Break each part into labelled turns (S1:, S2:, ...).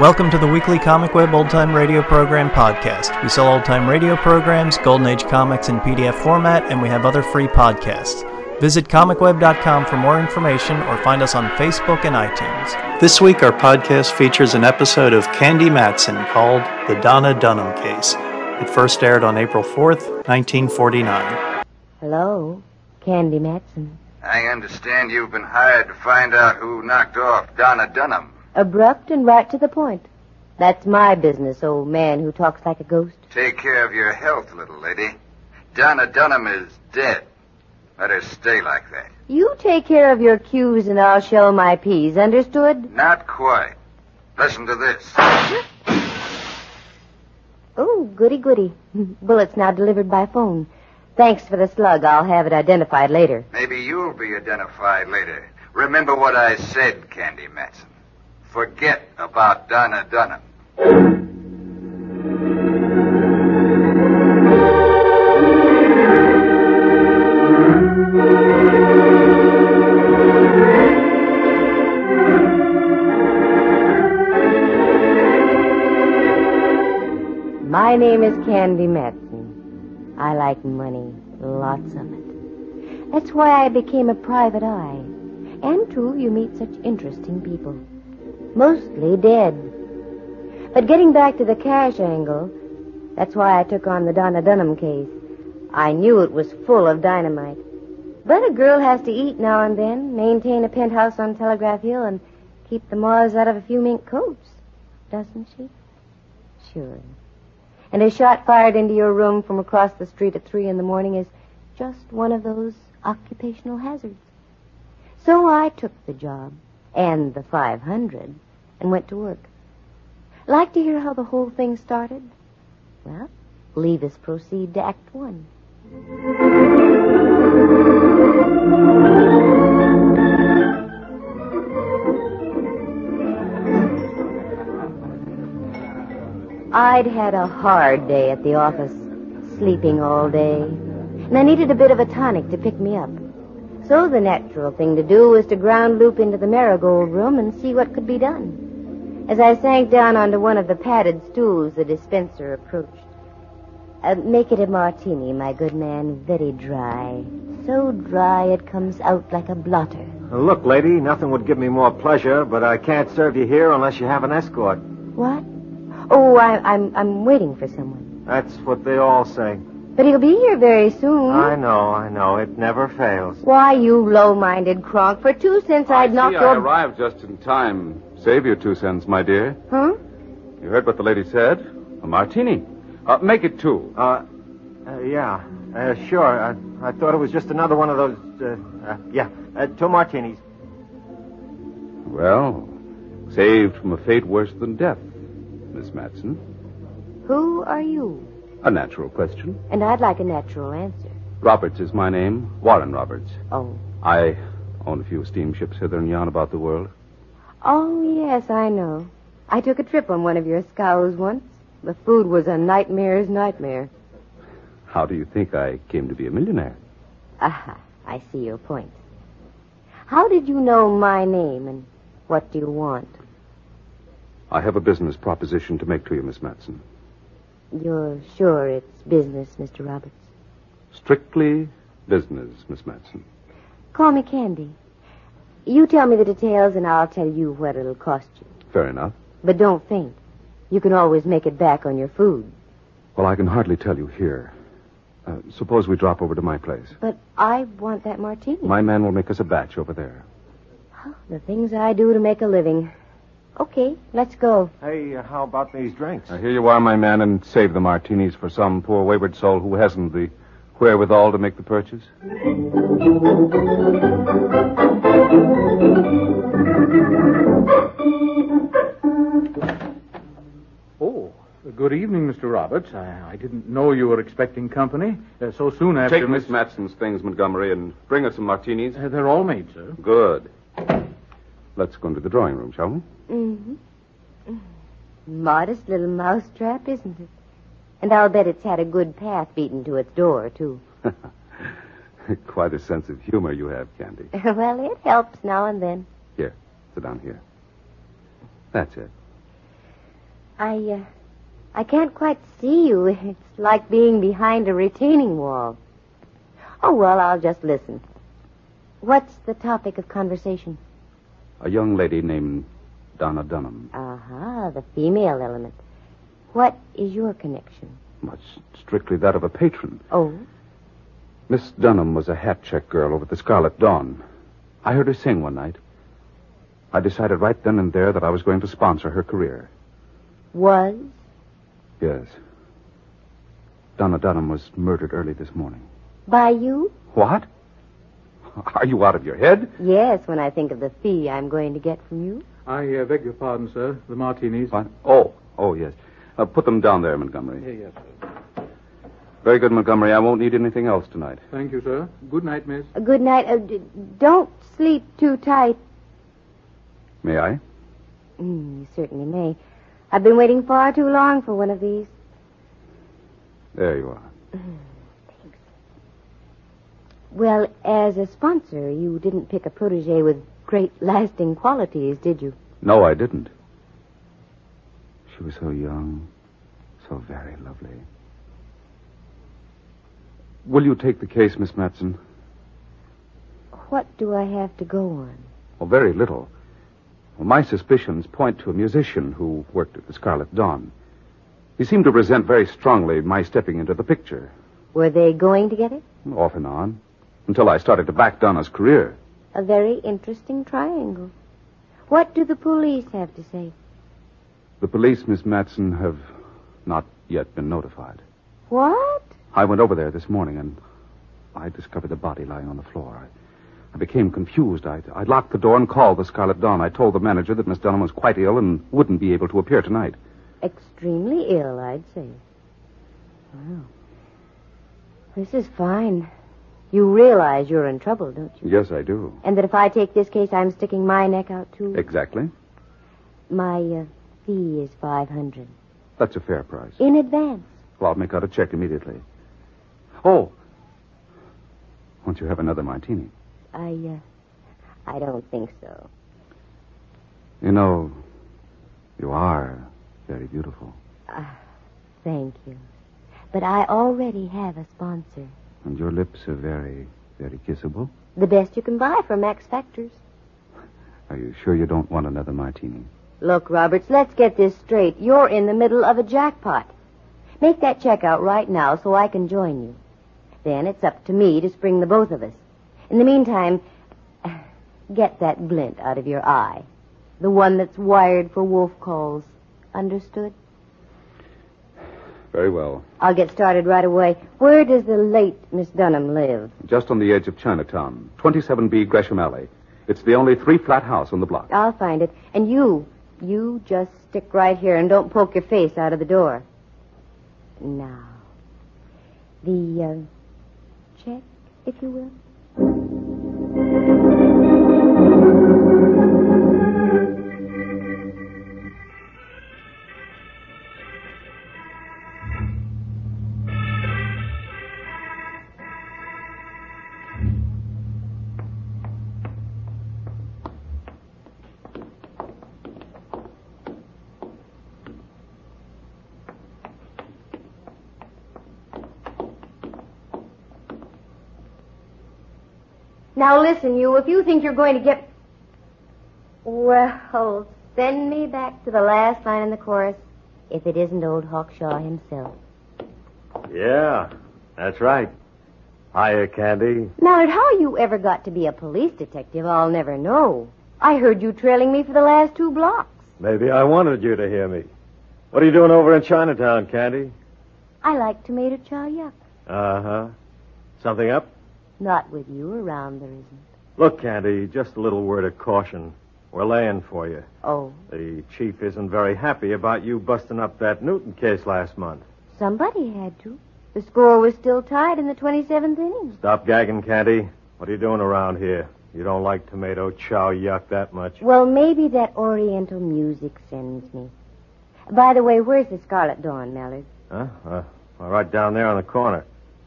S1: Welcome to the weekly Comic Web Old Time Radio Program podcast. We sell old time radio programs, Golden Age comics in PDF format, and we have other free podcasts. Visit comicweb.com for more information or find us on Facebook and iTunes. This week, our podcast features an episode of Candy Matson called The Donna Dunham Case. It first aired on April 4th, 1949.
S2: Hello, Candy Matson.
S3: I understand you've been hired to find out who knocked off Donna Dunham.
S2: Abrupt and right to the point. That's my business, old man who talks like a ghost.
S3: Take care of your health, little lady. Donna Dunham is dead. Let her stay like that.
S2: You take care of your cues and I'll shell my peas, understood?
S3: Not quite. Listen to this.
S2: Oh, goody goody. Bullet's now delivered by phone. Thanks for the slug. I'll have it identified later.
S3: Maybe you'll be identified later. Remember what I said, Candy Matson. Forget about Donna Dunham.
S2: My name is Candy Matson. I like money, lots of it. That's why I became a private eye. And, too, you meet such interesting people. Mostly dead. But getting back to the cash angle, that's why I took on the Donna Dunham case. I knew it was full of dynamite. But a girl has to eat now and then, maintain a penthouse on Telegraph Hill, and keep the moths out of a few mink coats, doesn't she? Sure. And a shot fired into your room from across the street at three in the morning is just one of those occupational hazards. So I took the job and the 500 and went to work. Like to hear how the whole thing started? Well, leave us proceed to Act One. I'd had a hard day at the office, sleeping all day, and I needed a bit of a tonic to pick me up. So the natural thing to do was to ground loop into the marigold room and see what could be done. As I sank down onto one of the padded stools, the dispenser approached. Uh, make it a martini, my good man, very dry. So dry it comes out like a blotter.
S4: Look, lady, nothing would give me more pleasure, but I can't serve you here unless you have an escort.
S2: What? Oh, I, I'm I'm waiting for someone.
S4: That's what they all say.
S2: But he'll be here very soon.
S4: I know, I know. It never fails.
S2: Why, you low-minded cronk! For two cents, I'd knock
S5: See,
S2: your
S5: I arrived just in time. Save your two cents, my dear.
S2: huh?
S5: You heard what the lady said? A martini. Uh, make it two.
S4: Uh, uh yeah, uh, sure. I, I thought it was just another one of those. Uh, uh, yeah, uh, two martinis.
S5: Well, saved from a fate worse than death, Miss Matson.
S2: Who are you?
S5: A natural question.
S2: And I'd like a natural answer.
S5: Roberts is my name. Warren Roberts.
S2: Oh.
S5: I own a few steamships hither and yon about the world.
S2: Oh, yes, I know. I took a trip on one of your scows once. The food was a nightmare's nightmare.
S5: How do you think I came to be a millionaire?
S2: Aha, I see your point. How did you know my name and what do you want?
S5: I have a business proposition to make to you, Miss Matson.
S2: You're sure it's business, Mr. Roberts.
S5: Strictly business, Miss Matson.
S2: Call me Candy. You tell me the details and I'll tell you what it'll cost you.
S5: Fair enough.
S2: But don't faint. You can always make it back on your food.
S5: Well, I can hardly tell you here. Uh, suppose we drop over to my place.
S2: But I want that martini.
S5: My man will make us a batch over there.
S2: The things I do to make a living. Okay, let's go.
S4: Hey, uh, how about these drinks?
S5: Now, here you are, my man, and save the martinis for some poor wayward soul who hasn't the wherewithal to make the purchase.
S6: Oh, good evening, Mr. Roberts. I, I didn't know you were expecting company uh, so soon after.
S5: Take Miss Matson's things, Montgomery, and bring us some martinis.
S6: Uh, they're all made, sir.
S5: Good. Let's go into the drawing room, shall we?
S2: Mm-hmm. Modest little mousetrap, isn't it? And I'll bet it's had a good path beaten to its door, too.
S5: Quite a sense of humor you have, Candy.
S2: well, it helps now and then.
S5: Sit down here. That's it.
S2: I, uh, I can't quite see you. It's like being behind a retaining wall. Oh, well, I'll just listen. What's the topic of conversation?
S5: A young lady named Donna Dunham.
S2: Aha, the female element. What is your connection?
S5: Much strictly that of a patron.
S2: Oh,
S5: Miss Dunham was a hat check girl over at the Scarlet Dawn. I heard her sing one night. I decided right then and there that I was going to sponsor her career.
S2: was?
S5: Yes. Donna Dunham was murdered early this morning.
S2: By you?
S5: What? Are you out of your head?
S2: Yes, when I think of the fee I'm going to get from you.
S6: I uh, beg your pardon, sir. The martinis.
S5: What? Oh, oh, yes. Uh, put them down there, Montgomery.
S6: Here, yes, sir.
S5: Very good, Montgomery. I won't need anything else tonight.
S6: Thank you, sir. Good night, miss.
S2: Uh, Good night. Uh, d- don't sleep too tight.
S5: May I?
S2: Mm, you certainly may. I've been waiting far too long for one of these.
S5: There you are.
S2: Well, as a sponsor, you didn't pick a protege with great lasting qualities, did you?
S5: No, I didn't. She was so young, so very lovely. Will you take the case, Miss Matson?
S2: What do I have to go on?
S5: Oh, very little. Well, my suspicions point to a musician who worked at the Scarlet Dawn. He seemed to resent very strongly my stepping into the picture,
S2: Were they going together?
S5: off and on, until I started to back Donna's career.
S2: A very interesting triangle. What do the police have to say?
S5: The police, Miss Matson, have not yet been notified.
S2: What?
S5: I went over there this morning and I discovered the body lying on the floor. I, I became confused. I, I locked the door and called the Scarlet Dawn. I told the manager that Miss Dunham was quite ill and wouldn't be able to appear tonight.
S2: Extremely ill, I'd say. Wow. This is fine. You realize you're in trouble, don't you?
S5: Yes, I do.
S2: And that if I take this case, I'm sticking my neck out too.
S5: Exactly.
S2: My uh, fee is five hundred
S5: That's a fair price.
S2: in advance.
S5: Well, I'll make out a check immediately. Oh. Won't you have another martini?
S2: I, uh, I don't think so.
S5: You know, you are very beautiful.
S2: Thank you, but I already have a sponsor.
S5: And your lips are very, very kissable.
S2: The best you can buy from Max Factors.
S5: Are you sure you don't want another martini?
S2: Look, Roberts, let's get this straight. You're in the middle of a jackpot. Make that check out right now so I can join you. Then it's up to me to spring the both of us. In the meantime, get that glint out of your eye. The one that's wired for wolf calls. Understood?
S5: Very well.
S2: I'll get started right away. Where does the late Miss Dunham live?
S5: Just on the edge of Chinatown, 27B Gresham Alley. It's the only three flat house on the block.
S2: I'll find it. And you, you just stick right here and don't poke your face out of the door. Now, the uh, check, if you will. Now listen, you, if you think you're going to get. Well, send me back to the last line in the chorus if it isn't old Hawkshaw himself.
S4: Yeah, that's right. Hiya, Candy.
S2: Now, how you ever got to be a police detective, I'll never know. I heard you trailing me for the last two blocks.
S4: Maybe I wanted you to hear me. What are you doing over in Chinatown, Candy?
S2: I like tomato chow yuck.
S4: Uh huh. Something up?
S2: Not with you around, there isn't.
S4: Look, Candy, just a little word of caution. We're laying for you.
S2: Oh,
S4: The chief isn't very happy about you busting up that Newton case last month.
S2: somebody had to. The score was still tied in the 27th inning.
S4: Stop gagging, Candy. What are you doing around here? You don't like tomato chow yuck that much.
S2: Well, maybe that oriental music sends me. By the way, where's the Scarlet Dawn, Mallard?
S4: Huh? Uh, well, right down there on the corner.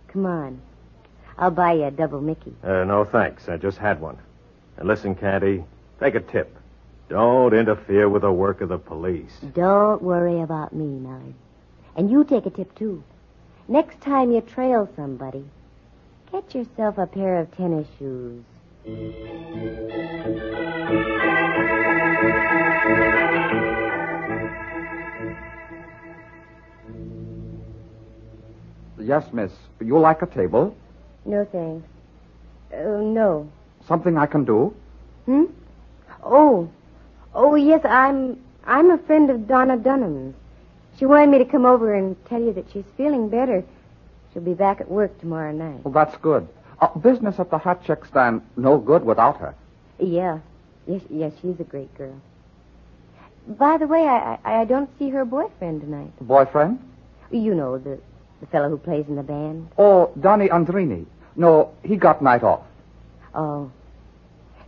S2: Come on. I'll buy you a double Mickey.
S4: Uh, no thanks. I just had one. And listen, Candy, take a tip. Don't interfere with the work of the police.
S2: Don't worry about me, Millard. And you take a tip, too. Next time you trail somebody, get yourself a pair of tennis shoes.
S5: Yes, miss. You like a table?
S2: No, thanks. Uh, no.
S5: Something I can do?
S2: Hmm? Oh. Oh, yes, I'm I'm a friend of Donna Dunham's. She wanted me to come over and tell you that she's feeling better. She'll be back at work tomorrow night.
S5: Well, that's good. Uh, business at the hot check stand, no good without her.
S2: Yeah. Yes, yes, she's a great girl. By the way, I, I, I don't see her boyfriend tonight.
S5: Boyfriend?
S2: You know, the, the fellow who plays in the band.
S5: Oh, Donny Andrini. No, he got night off.
S2: Oh.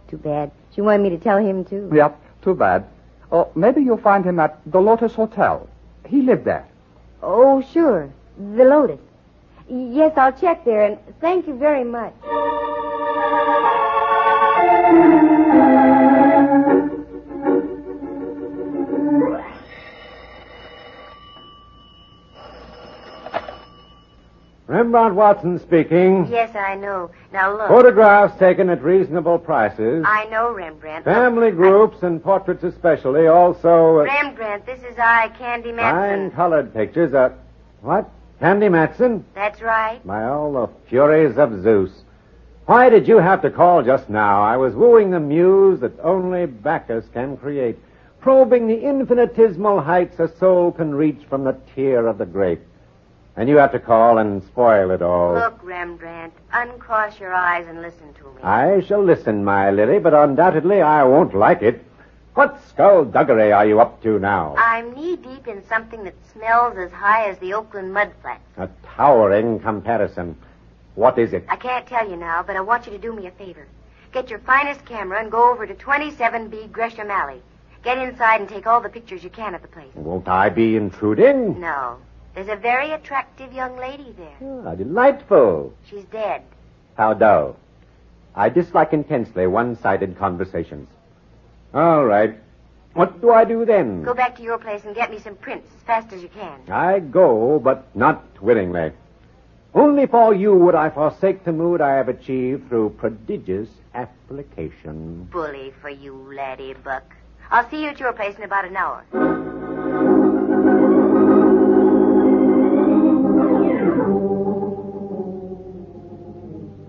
S2: Too bad. She wanted me to tell him, too.
S5: Yep, too bad. Oh, maybe you'll find him at the Lotus Hotel. He lived there.
S2: Oh, sure. The Lotus. Yes, I'll check there, and thank you very much.
S4: Rembrandt Watson speaking.
S2: Yes, I know. Now look.
S4: Photographs taken at reasonable prices.
S2: I know Rembrandt.
S4: Family groups and portraits especially. Also, uh,
S2: Rembrandt, this is I, Candy
S4: fine colored pictures. Uh, what? Candy Matson?
S2: That's right.
S4: By all the furies of Zeus. Why did you have to call just now? I was wooing the muse that only Bacchus can create, probing the infinitesimal heights a soul can reach from the tear of the grape. And you have to call and spoil it all.
S2: Uh.
S7: Look, Rembrandt, uncross your eyes and listen to me.
S4: I shall listen, my Lily, but undoubtedly I won't like it. What skullduggery are you up to now?
S7: I'm knee deep in something that smells as high as the Oakland mudflats.
S4: A towering comparison. What is it?
S7: I can't tell you now, but I want you to do me a favor. Get your finest camera and go over to 27B Gresham Alley. Get inside and take all the pictures you can of the place.
S4: Won't I be intruding?
S7: No. There's a very attractive young lady there.
S4: Ah, delightful.
S7: She's dead.
S4: How dull. I dislike intensely one sided conversations. All right. What do I do then?
S7: Go back to your place and get me some prints as fast as you can.
S4: I go, but not willingly. Only for you would I forsake the mood I have achieved through prodigious application.
S7: Bully for you, laddie buck. I'll see you at your place in about an hour.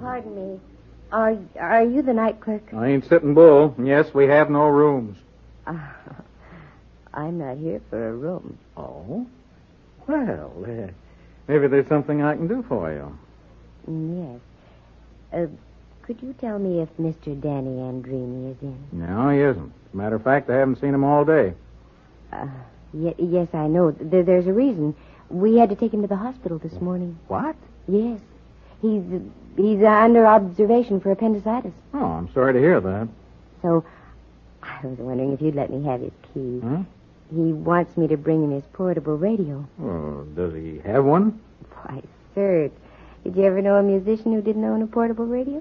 S2: Pardon me. Are are you the night clerk?
S6: I ain't sitting bull. Yes, we have no rooms.
S2: Uh, I'm not here for a room.
S6: Oh? Well,
S4: uh,
S6: eh, maybe there's something I can do for you.
S2: Mm, Yes. Uh, could you tell me if Mr. Danny Andrini is in?
S6: No, he isn't. Matter of fact, I haven't seen him all day.
S2: Uh, ye- yes, I know. There, there's a reason. We had to take him to the hospital this morning.
S6: What?
S2: Yes. He's he's under observation for appendicitis.
S6: Oh, I'm sorry to hear that.
S2: So I was wondering if you'd let me have his keys.
S6: Huh?
S2: He wants me to bring him his portable radio.
S6: Oh, does he have one?
S2: Why, sir, did you ever know a musician who didn't own a portable radio?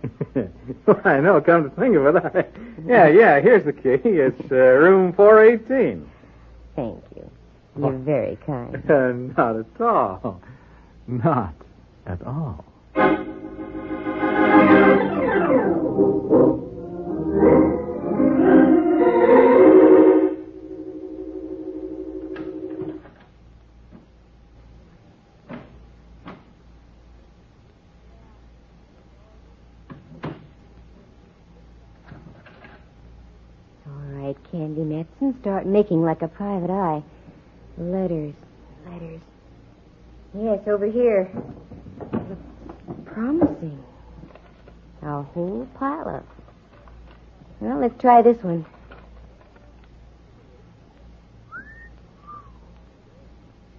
S6: I know. Come to think of it, I... yeah, yeah. Here's the key. It's uh, room 418.
S2: Thank you. You're very kind.
S6: Uh, not at all. Not at all.
S2: All right, Candy Matson, start making like a private eye. Letters, letters. Yes, over here. Promising. A whole pile of. Well, let's try this one.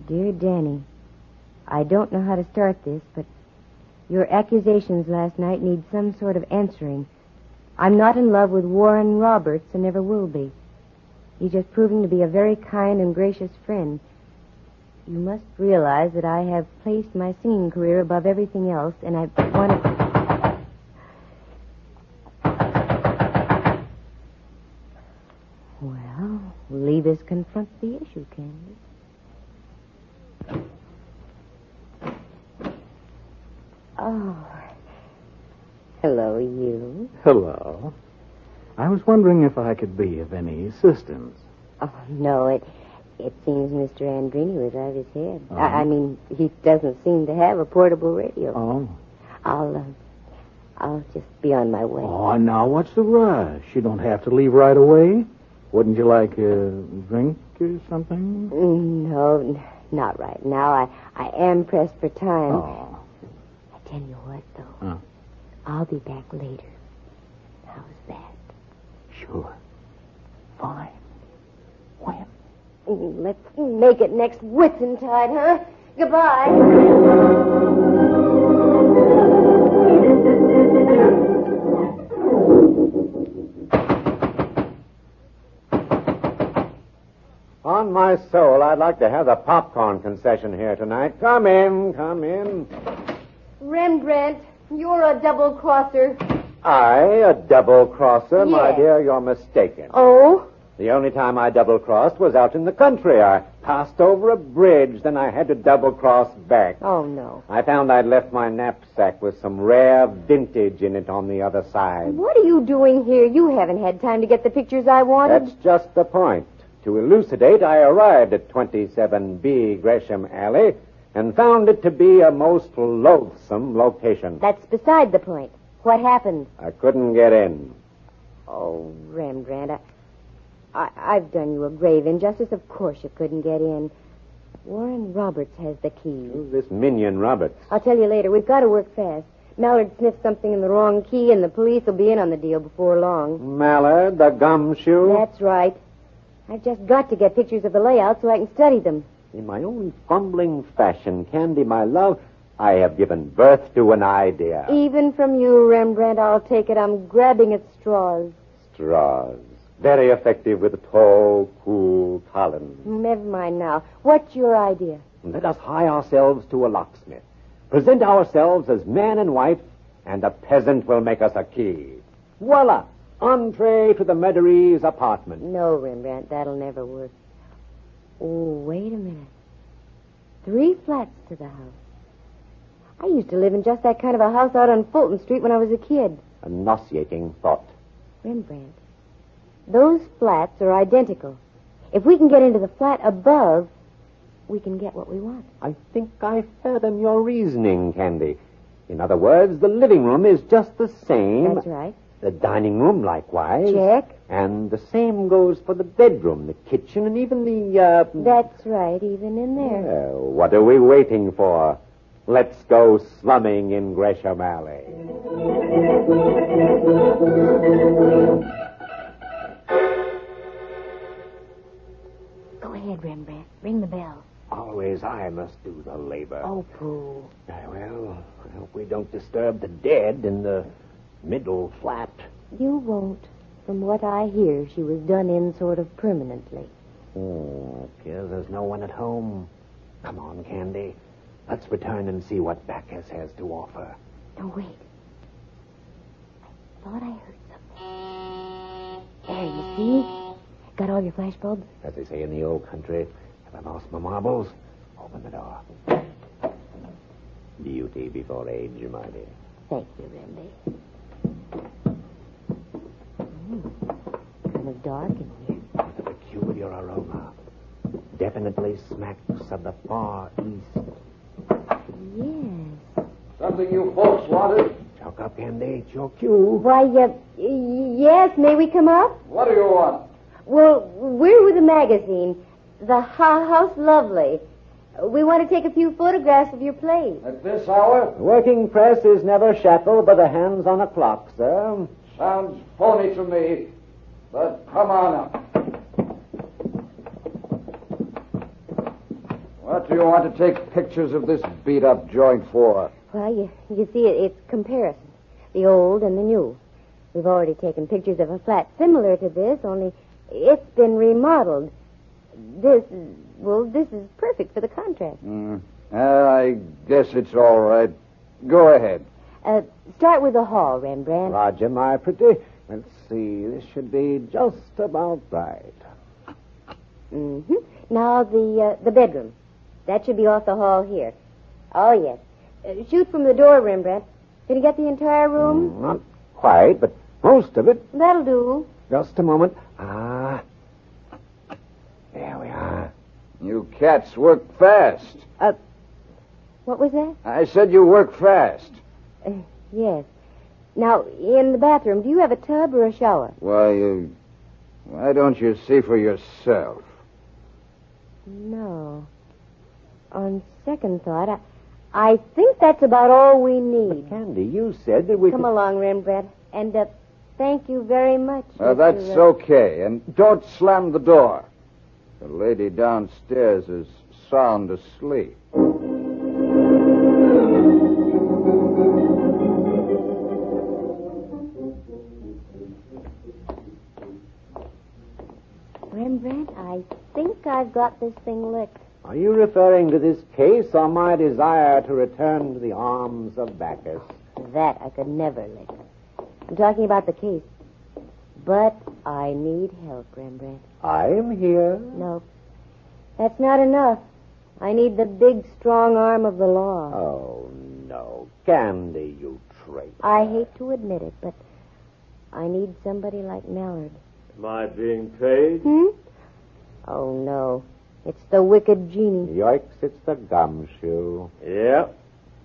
S2: Dear Danny, I don't know how to start this, but your accusations last night need some sort of answering. I'm not in love with Warren Roberts and never will be. He's just proven to be a very kind and gracious friend. You must realize that I have placed my singing career above everything else, and I want to. Well, Levis confronts the issue, Candy. Oh. Hello, you.
S8: Hello. I was wondering if I could be of any assistance.
S2: Oh, no, it it seems Mr. Andrini was out of his head. I, I mean, he doesn't seem to have a portable radio.
S8: Uh-huh. Oh.
S2: I'll, uh, I'll just be on my way.
S8: Oh, now what's the rush? You don't have to leave right away. Wouldn't you like a drink or something?
S2: Mm, No, n- not right now. I, I am pressed for time.
S8: Oh. Uh.
S2: I tell you what, though.
S8: Huh.
S2: I'll be back later. How's that?
S8: Sure. Fine. When?
S2: Mm, Let's make it next Whitsuntide, huh? Goodbye.
S4: On my soul, I'd like to have the popcorn concession here tonight. Come in, come in.
S2: Rembrandt, you're a double crosser.
S4: I, a double crosser, my
S2: Yes.
S4: dear, you're mistaken.
S2: Oh?
S4: The only time I double crossed was out in the country. I passed over a bridge, then I had to double cross back.
S2: Oh, no.
S4: I found I'd left my knapsack with some rare vintage in it on the other side.
S2: What are you doing here? You haven't had time to get the pictures I wanted.
S4: That's just the point. To elucidate, I arrived at 27B Gresham Alley and found it to be a most loathsome location.
S2: That's beside the point. What happened?
S4: I couldn't get in.
S2: Oh, Rembrandt, I, I, I've done you a grave injustice. Of course you couldn't get in. Warren Roberts has the key.
S4: Who's this minion Roberts?
S2: I'll tell you later. We've got to work fast. Mallard sniffed something in the wrong key, and the police will be in on the deal before long.
S4: Mallard, the gumshoe?
S2: That's right. I've just got to get pictures of the layout so I can study them.
S4: In my own fumbling fashion, Candy, my love, I have given birth to an idea.
S2: Even from you, Rembrandt, I'll take it. I'm grabbing at straws.
S4: Straws. Very effective with tall, cool columns.
S2: Never mind now. What's your idea?
S4: Let us hie ourselves to a locksmith. Present ourselves as man and wife, and the peasant will make us a key. Voila! Entree to the Medeiree's apartment.
S2: No, Rembrandt, that'll never work. Oh, wait a minute. Three flats to the house. I used to live in just that kind of a house out on Fulton Street when I was a kid.
S4: A nauseating thought.
S2: Rembrandt, those flats are identical. If we can get into the flat above, we can get what we want.
S4: I think I fathom your reasoning, Candy. In other words, the living room is just the same.
S2: That's right.
S4: The dining room, likewise.
S2: Check.
S4: And the same goes for the bedroom, the kitchen, and even the, uh...
S2: That's right, even in there.
S4: Well, what are we waiting for? Let's go slumming in Gresham Alley.
S2: Go ahead, Rembrandt. Ring the bell.
S4: Always I must do the labor.
S2: Oh, Pooh.
S4: Ah, Well, I hope we don't disturb the dead in the middle flat.
S2: You won't. From what I hear, she was done in sort of permanently.
S4: Hmm, appears there's no one at home. Come on, Candy. Let's return and see what Bacchus has to offer.
S2: No, wait. I thought I heard something. There, you see? Got all your flashbulbs?
S4: As they say in the old country, have I lost my marbles? Open the door. Beauty before age, my dear.
S2: Thank you, Randy. Mm, kind of dark in here.
S4: With a peculiar aroma. Definitely smacks of the far east.
S2: Yes.
S5: Something you folks wanted?
S4: Chalk up, Candy. It's your cue.
S2: Why, uh, y- yes, may we come up?
S5: What do you want?
S2: Well, we're with a magazine, The Ha House Lovely. We want to take a few photographs of your place.
S5: At this hour?
S4: The working press is never shackled by the hands on a clock, sir.
S5: Sounds phony to me. But come on up. What do you want to take pictures of this beat up joint for?
S2: Well, you, you see, it, it's comparison. The old and the new. We've already taken pictures of a flat similar to this, only it's been remodeled. This, is- well, this is perfect for the contrast.
S3: Uh,
S5: I guess it's all right. Go ahead.
S2: Uh, start with the hall, Rembrandt.
S4: Roger, my pretty.
S8: Let's see. This should be just about right.
S2: Mm-hmm. Now the uh, the bedroom. That should be off the hall here. Oh yes. Uh, shoot from the door, Rembrandt. Did you get the entire room?
S8: Not quite, but most of it.
S2: That'll do.
S8: Just a moment. Ah. There we are.
S3: You cats work fast.
S2: What was that?
S3: I said you work fast.
S2: Yes. Now in the bathroom, do you have a tub or a shower?
S3: Why, you. Why don't you see for yourself?
S2: No. On second thought, I, I think that's about all we need.
S8: Candy, you said that we
S2: Come along, Rembrandt, and uh, thank you very much. Mr.
S3: Well, Uh, that's
S2: Ren-
S3: okay, and don't slam the door. The lady downstairs is sound asleep.
S2: Rembrandt, I think I've got this thing licked.
S8: Are you referring to this case or my desire to return to the arms of Bacchus?
S2: That I could never lick. I'm talking about the case. But I need help, Rembrandt.
S8: I'm here.
S2: No. That's not enough. I need the big, strong arm of the law.
S8: Oh, no. Candy, you traitor.
S2: I hate to admit it, but I need somebody like Mallard.
S4: Am I being paid?
S2: Hmm? Oh, no. It's the wicked genie.
S8: Yoicks, it's the gumshoe.
S4: Yep.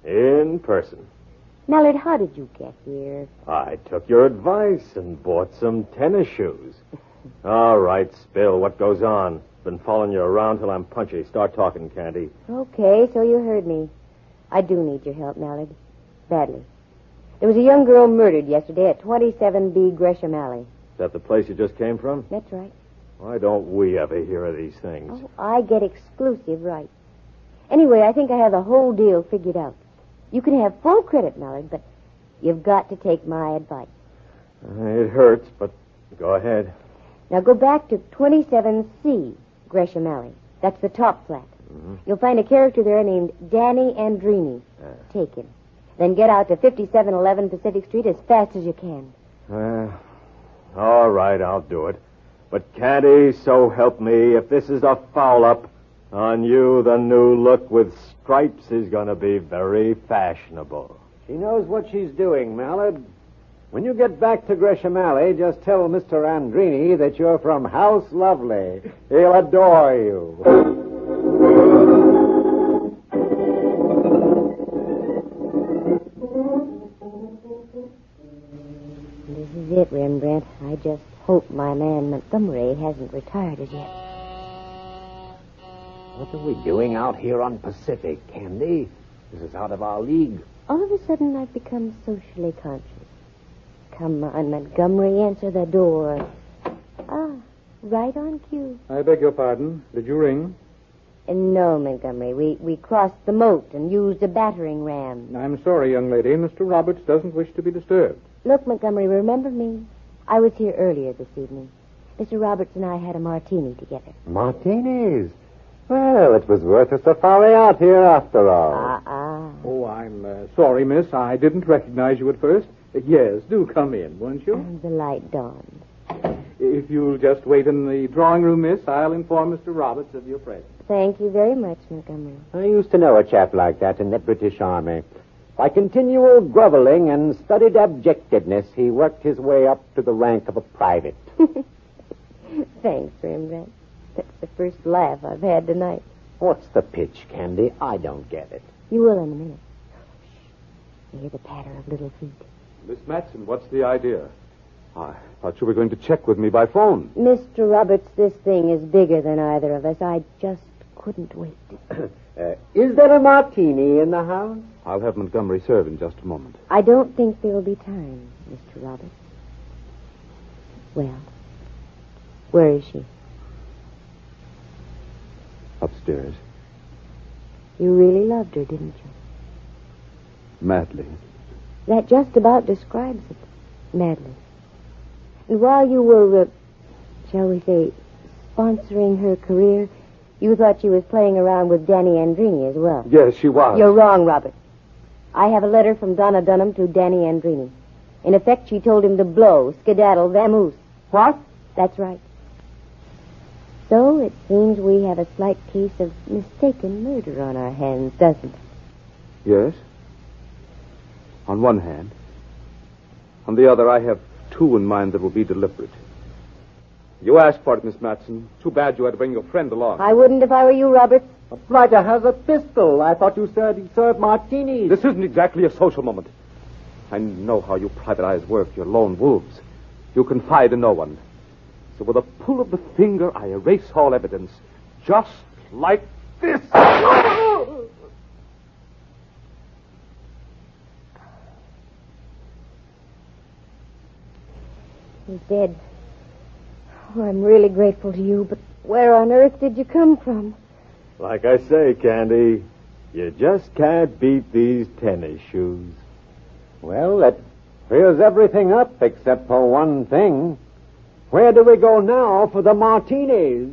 S4: In person.
S2: Mallard, how did you get here?
S4: I took your advice and bought some tennis shoes. All right, Spill, what goes on? Been following you around till I'm punchy. Start talking, Candy.
S2: Okay, so you heard me. I do need your help, Mallard. Badly. There was a young girl murdered yesterday at 27B Gresham Alley.
S4: Is that the place you just came from?
S2: That's right.
S4: Why don't we ever hear of these things?
S2: Oh, I get exclusive rights. Anyway, I think I have the whole deal figured out. You can have full credit, Mallard, but you've got to take my advice.
S4: It hurts, but go ahead.
S2: Now go back to 27C Gresham Alley. That's the top flat. You'll find a character there named Danny Andrini. Take him. Then get out to 5711 Pacific Street as fast as you can.
S4: Uh, all right, I'll do it. But, Candy, so help me, if this is a foul up, on you the new look with stripes is going to be very fashionable.
S8: She knows what she's doing, Mallard. When you get back to Gresham Alley, just tell Mr. Andrini that you're from House Lovely. He'll adore you.
S2: This is it, Rembrandt. I just hope my man Montgomery hasn't retired as yet.
S8: What are we doing out here on Pacific, Candy? This is out of our league.
S2: All of a sudden, I've become socially conscious. Come on, Montgomery, answer the door. Ah, right on cue.
S6: I beg your pardon. Did you ring?
S2: And no, Montgomery, we, we crossed the moat and used a battering ram.
S6: I'm sorry, young lady. Mr. Roberts doesn't wish to be disturbed.
S2: Look, Montgomery, remember me? I was here earlier this evening. Mr. Roberts and I had a martini together.
S8: Martinis. Well, it was worth a safari out here after all.
S2: Ah, ah.
S6: Oh, I'm uh, sorry, miss. I didn't recognize you at first. Uh, yes, do come in, won't you?
S2: And the light dawned.
S6: If you'll just wait in the drawing room, miss, I'll inform Mr. Roberts of your presence.
S2: Thank you very much, Montgomery.
S8: I used to know a chap like that in the British Army. By continual groveling and studied abjectedness, he worked his way up to the rank of a private.
S2: Thanks, Rembrandt. That's the first laugh I've had tonight.
S8: What's the pitch, Candy? I don't get it.
S2: You will in a minute. Shh. I hear the patter of little feet.
S5: Miss Matson, what's the idea? I thought you were going to check with me by phone.
S2: Mr. Roberts, this thing is bigger than either of us. I just couldn't wait.
S8: Uh, is there a martini in the house?
S5: I'll have Montgomery serve in just a moment.
S2: I don't think there'll be time, Mr. Roberts. Well, where is she?
S5: Upstairs.
S2: You really loved her, didn't you?
S5: Madly.
S2: That just about describes it, madly. And while you were, uh, shall we say, sponsoring her career, you thought she was playing around with Danny Andrini as well.
S5: Yes, she was.
S2: You're wrong, Robert. I have a letter from Donna Dunham to Danny Andrini. In effect, she told him to blow, skedaddle, vamoose.
S9: What?
S2: That's right. So it seems we have a slight case of mistaken murder on our hands, doesn't it?
S5: Yes. On one hand. On the other, I have two in mind that will be deliberate. You asked for it, Miss Matson. Too bad you had to bring your friend along.
S2: I wouldn't if I were you, Robert.
S4: The blighter has a pistol. I thought you said he served martinis.
S5: This isn't exactly a social moment. I know how you private eyes work. You're lone wolves. You confide in no one. So with a pull of the finger, I erase all evidence. Just like this.
S2: He's dead. Oh, I'm really grateful to you, but where on earth did you come from?
S8: Like I say, Candy, you just can't beat these tennis shoes.
S4: Well, that clears everything up except for one thing. Where do we go now for the martinis?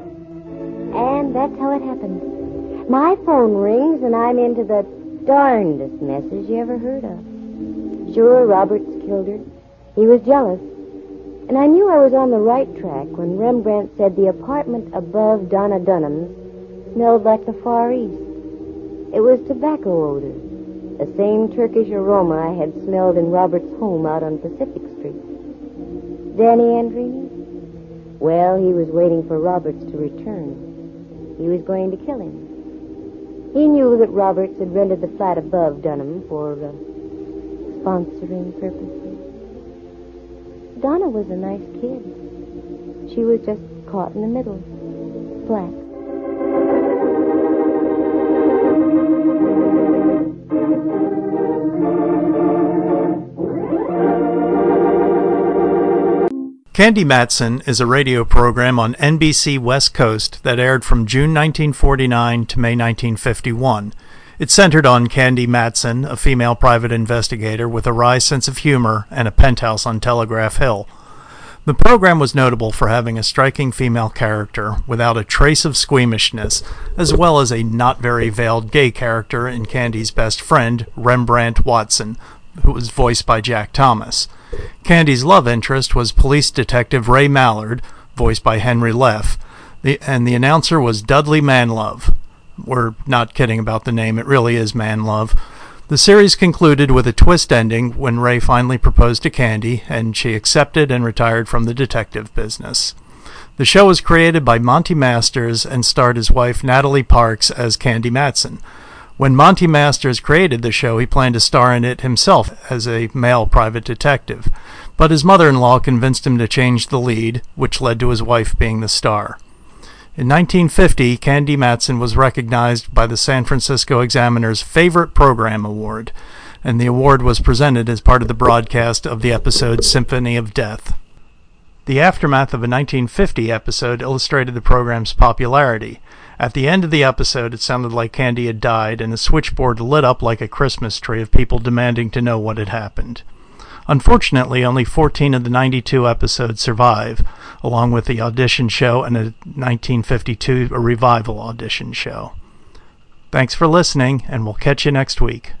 S2: And that's how it happened. My phone rings, and I'm into the darndest messes you ever heard of. Sure, Roberts killed her. He was jealous. And I knew I was on the right track when Rembrandt said the apartment above Donna Dunham's smelled like the Far East. It was tobacco odor, the same Turkish aroma I had smelled in Robert's home out on Pacific Street. Danny Andrini? Well, he was waiting for Roberts to return. He was going to kill him. He knew that Roberts had rented the flat above Dunham for uh, sponsoring purposes. Donna was a nice kid. She was just caught in the middle, flat.
S1: Candy Matson is a radio program on NBC West Coast that aired from June 1949 to May 1951. It's centered on Candy Matson, a female private investigator with a wry sense of humor and a penthouse on Telegraph Hill. The program was notable for having a striking female character without a trace of squeamishness, as well as a not very veiled gay character in Candy's best friend, Rembrandt Watson, who was voiced by Jack Thomas. Candy's love interest was police detective Ray Mallard, voiced by Henry Leff, the, and the announcer was Dudley Manlove. We're not kidding about the name, it really is Manlove. The series concluded with a twist ending when Ray finally proposed to Candy, and she accepted and retired from the detective business. The show was created by Monty Masters and starred his wife Natalie Parks as Candy Matson. When Monty Masters created the show, he planned to star in it himself as a male private detective, but his mother in law convinced him to change the lead, which led to his wife being the star. In 1950, Candy Matson was recognized by the San Francisco Examiner's Favorite Program Award, and the award was presented as part of the broadcast of the episode Symphony of Death. The aftermath of a 1950 episode illustrated the program's popularity. At the end of the episode, it sounded like Candy had died, and the switchboard lit up like a Christmas tree of people demanding to know what had happened. Unfortunately, only 14 of the 92 episodes survive, along with the audition show and a 1952 a revival audition show. Thanks for listening, and we'll catch you next week.